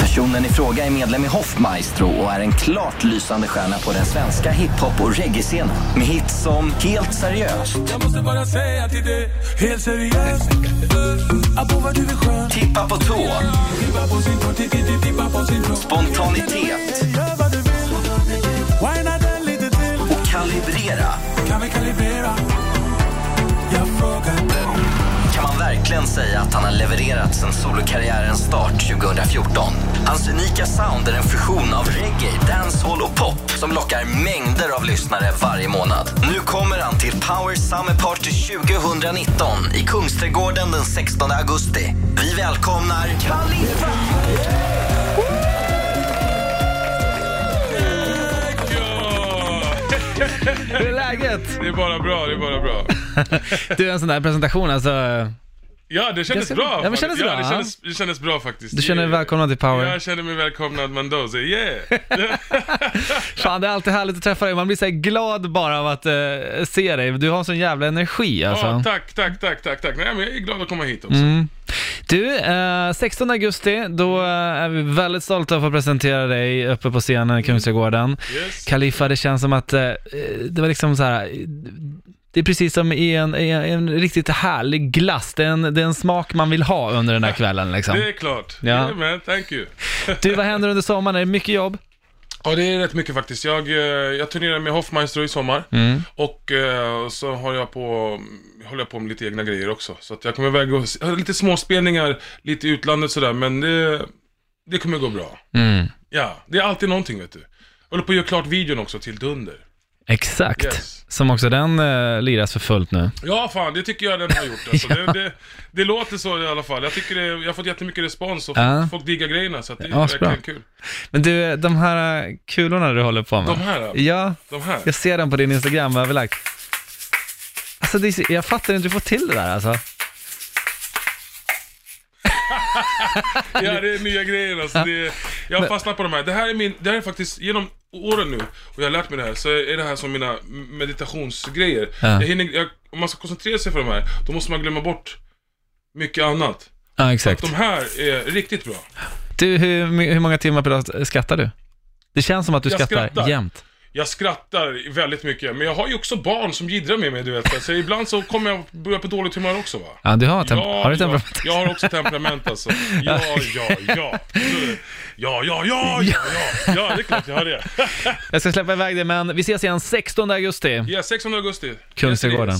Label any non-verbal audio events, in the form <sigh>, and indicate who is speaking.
Speaker 1: Personen i fråga är medlem i Hoffmaestro och är en klart lysande stjärna på den svenska hiphop och reggae-scenen. Med hits som Helt seriöst. Tippa på tå. Spontanitet. Och kalibrera. Kan man verkligen säga att han har levererat sen solokarriärens start 2014. Hans unika sound är en fusion av reggae, dancehall och pop som lockar mängder av lyssnare varje månad. Nu kommer han till Power Summer Party 2019 i Kungsträdgården den 16 augusti. Vi välkomnar Kaliffa!
Speaker 2: Hur är läget?
Speaker 3: Det är bara bra, det är bara bra.
Speaker 2: <laughs> Du, en sån där presentation alltså.
Speaker 3: Ja, det kändes
Speaker 2: Ganska-
Speaker 3: bra.
Speaker 2: ja, men
Speaker 3: faktiskt.
Speaker 2: kändes
Speaker 3: ja,
Speaker 2: bra,
Speaker 3: det,
Speaker 2: ja.
Speaker 3: kändes, det kändes bra faktiskt.
Speaker 2: Du känner dig
Speaker 3: Det-
Speaker 2: välkomnad till Power.
Speaker 3: Jag känner mig välkomnad Mendoza,
Speaker 2: <laughs>
Speaker 3: yeah!
Speaker 2: Fan, det är alltid härligt att träffa dig. Man blir så här glad bara av att eh, se dig. Du har en sån jävla energi alltså.
Speaker 3: Ja, tack, tack, tack, tack, tack. Nej, men jag är glad att komma hit
Speaker 2: Mm.
Speaker 3: också.
Speaker 2: Du, eh, 16 augusti, då eh, är vi väldigt stolta över att få presentera dig uppe på scenen i Kungsträdgården.
Speaker 3: Yes.
Speaker 2: Kalifa, det känns som att eh, det var liksom så här. eh, Det är precis som i en, i en, en riktigt härlig glass. Det är, en, det är en smak man vill ha under den här kvällen liksom.
Speaker 3: Det är klart.
Speaker 2: Ja.
Speaker 3: Ja. Yeah, man, thank you.
Speaker 2: Du, vad händer under sommaren? Är det mycket jobb?
Speaker 3: Ja, det är rätt mycket faktiskt. Jag, eh, jag turnerar med Hoffmeister i sommar
Speaker 2: Mm.
Speaker 3: och eh, så har jag på, håller jag på med lite egna grejer också. Så att jag kommer iväg och, jag har lite småspelningar, lite i utlandet sådär, men det, det kommer gå bra. Ja, det är alltid någonting vet du. Jag håller på att göra klart videon också till Dunder.
Speaker 2: Exakt.
Speaker 3: Yes.
Speaker 2: Som också den eh, liras för fullt nu.
Speaker 3: Ja, fan, det tycker jag den har gjort
Speaker 2: <laughs>
Speaker 3: alltså. det, det, det låter så i alla fall. Jag tycker det, jag har fått jättemycket respons och
Speaker 2: Ja.
Speaker 3: folk diggar grejerna, så att det är
Speaker 2: Ja, så bra.
Speaker 3: verkligen kul.
Speaker 2: Men du, de här eh, kulorna du håller på med.
Speaker 3: De här, alltså.
Speaker 2: Ja,
Speaker 3: de här.
Speaker 2: jag ser dem på din Instagram överlagt. Alltså, det är, så- jag fattar inte hur du får till det där alltså.
Speaker 3: Ja, det är nya grejer alltså. det, Jag har fastnat på de här. Det här är min, det här är faktiskt, genom åren nu, och jag har lärt mig det här, så är det här som mina meditationsgrejer.
Speaker 2: Ja.
Speaker 3: Jag hinner, jag, om man ska koncentrera sig på de här, då måste man glömma bort mycket annat. Så
Speaker 2: Ja,
Speaker 3: att
Speaker 2: exakt.
Speaker 3: de här är riktigt bra.
Speaker 2: Du, hur, hur många timmar per dag skrattar du? Det känns som att du
Speaker 3: Jag
Speaker 2: skrattar,
Speaker 3: skrattar.
Speaker 2: jämt.
Speaker 3: Jag skrattar väldigt mycket, men jag har ju också barn som jiddrar med mig, du vet. Så ibland så kommer jag börja på dåligt humör också va.
Speaker 2: Ja, du har, temp- <laughs> har
Speaker 3: ja,
Speaker 2: du temperament?
Speaker 3: jag har också temperament alltså. Ja, ja, ja. Ja, ja, ja, ja, ja. Ja, det är klart jag har det.
Speaker 2: Jag ska släppa iväg dig, men vi ses igen 16 augusti.
Speaker 3: Ja, 16 augusti.
Speaker 2: Kungsträdgården.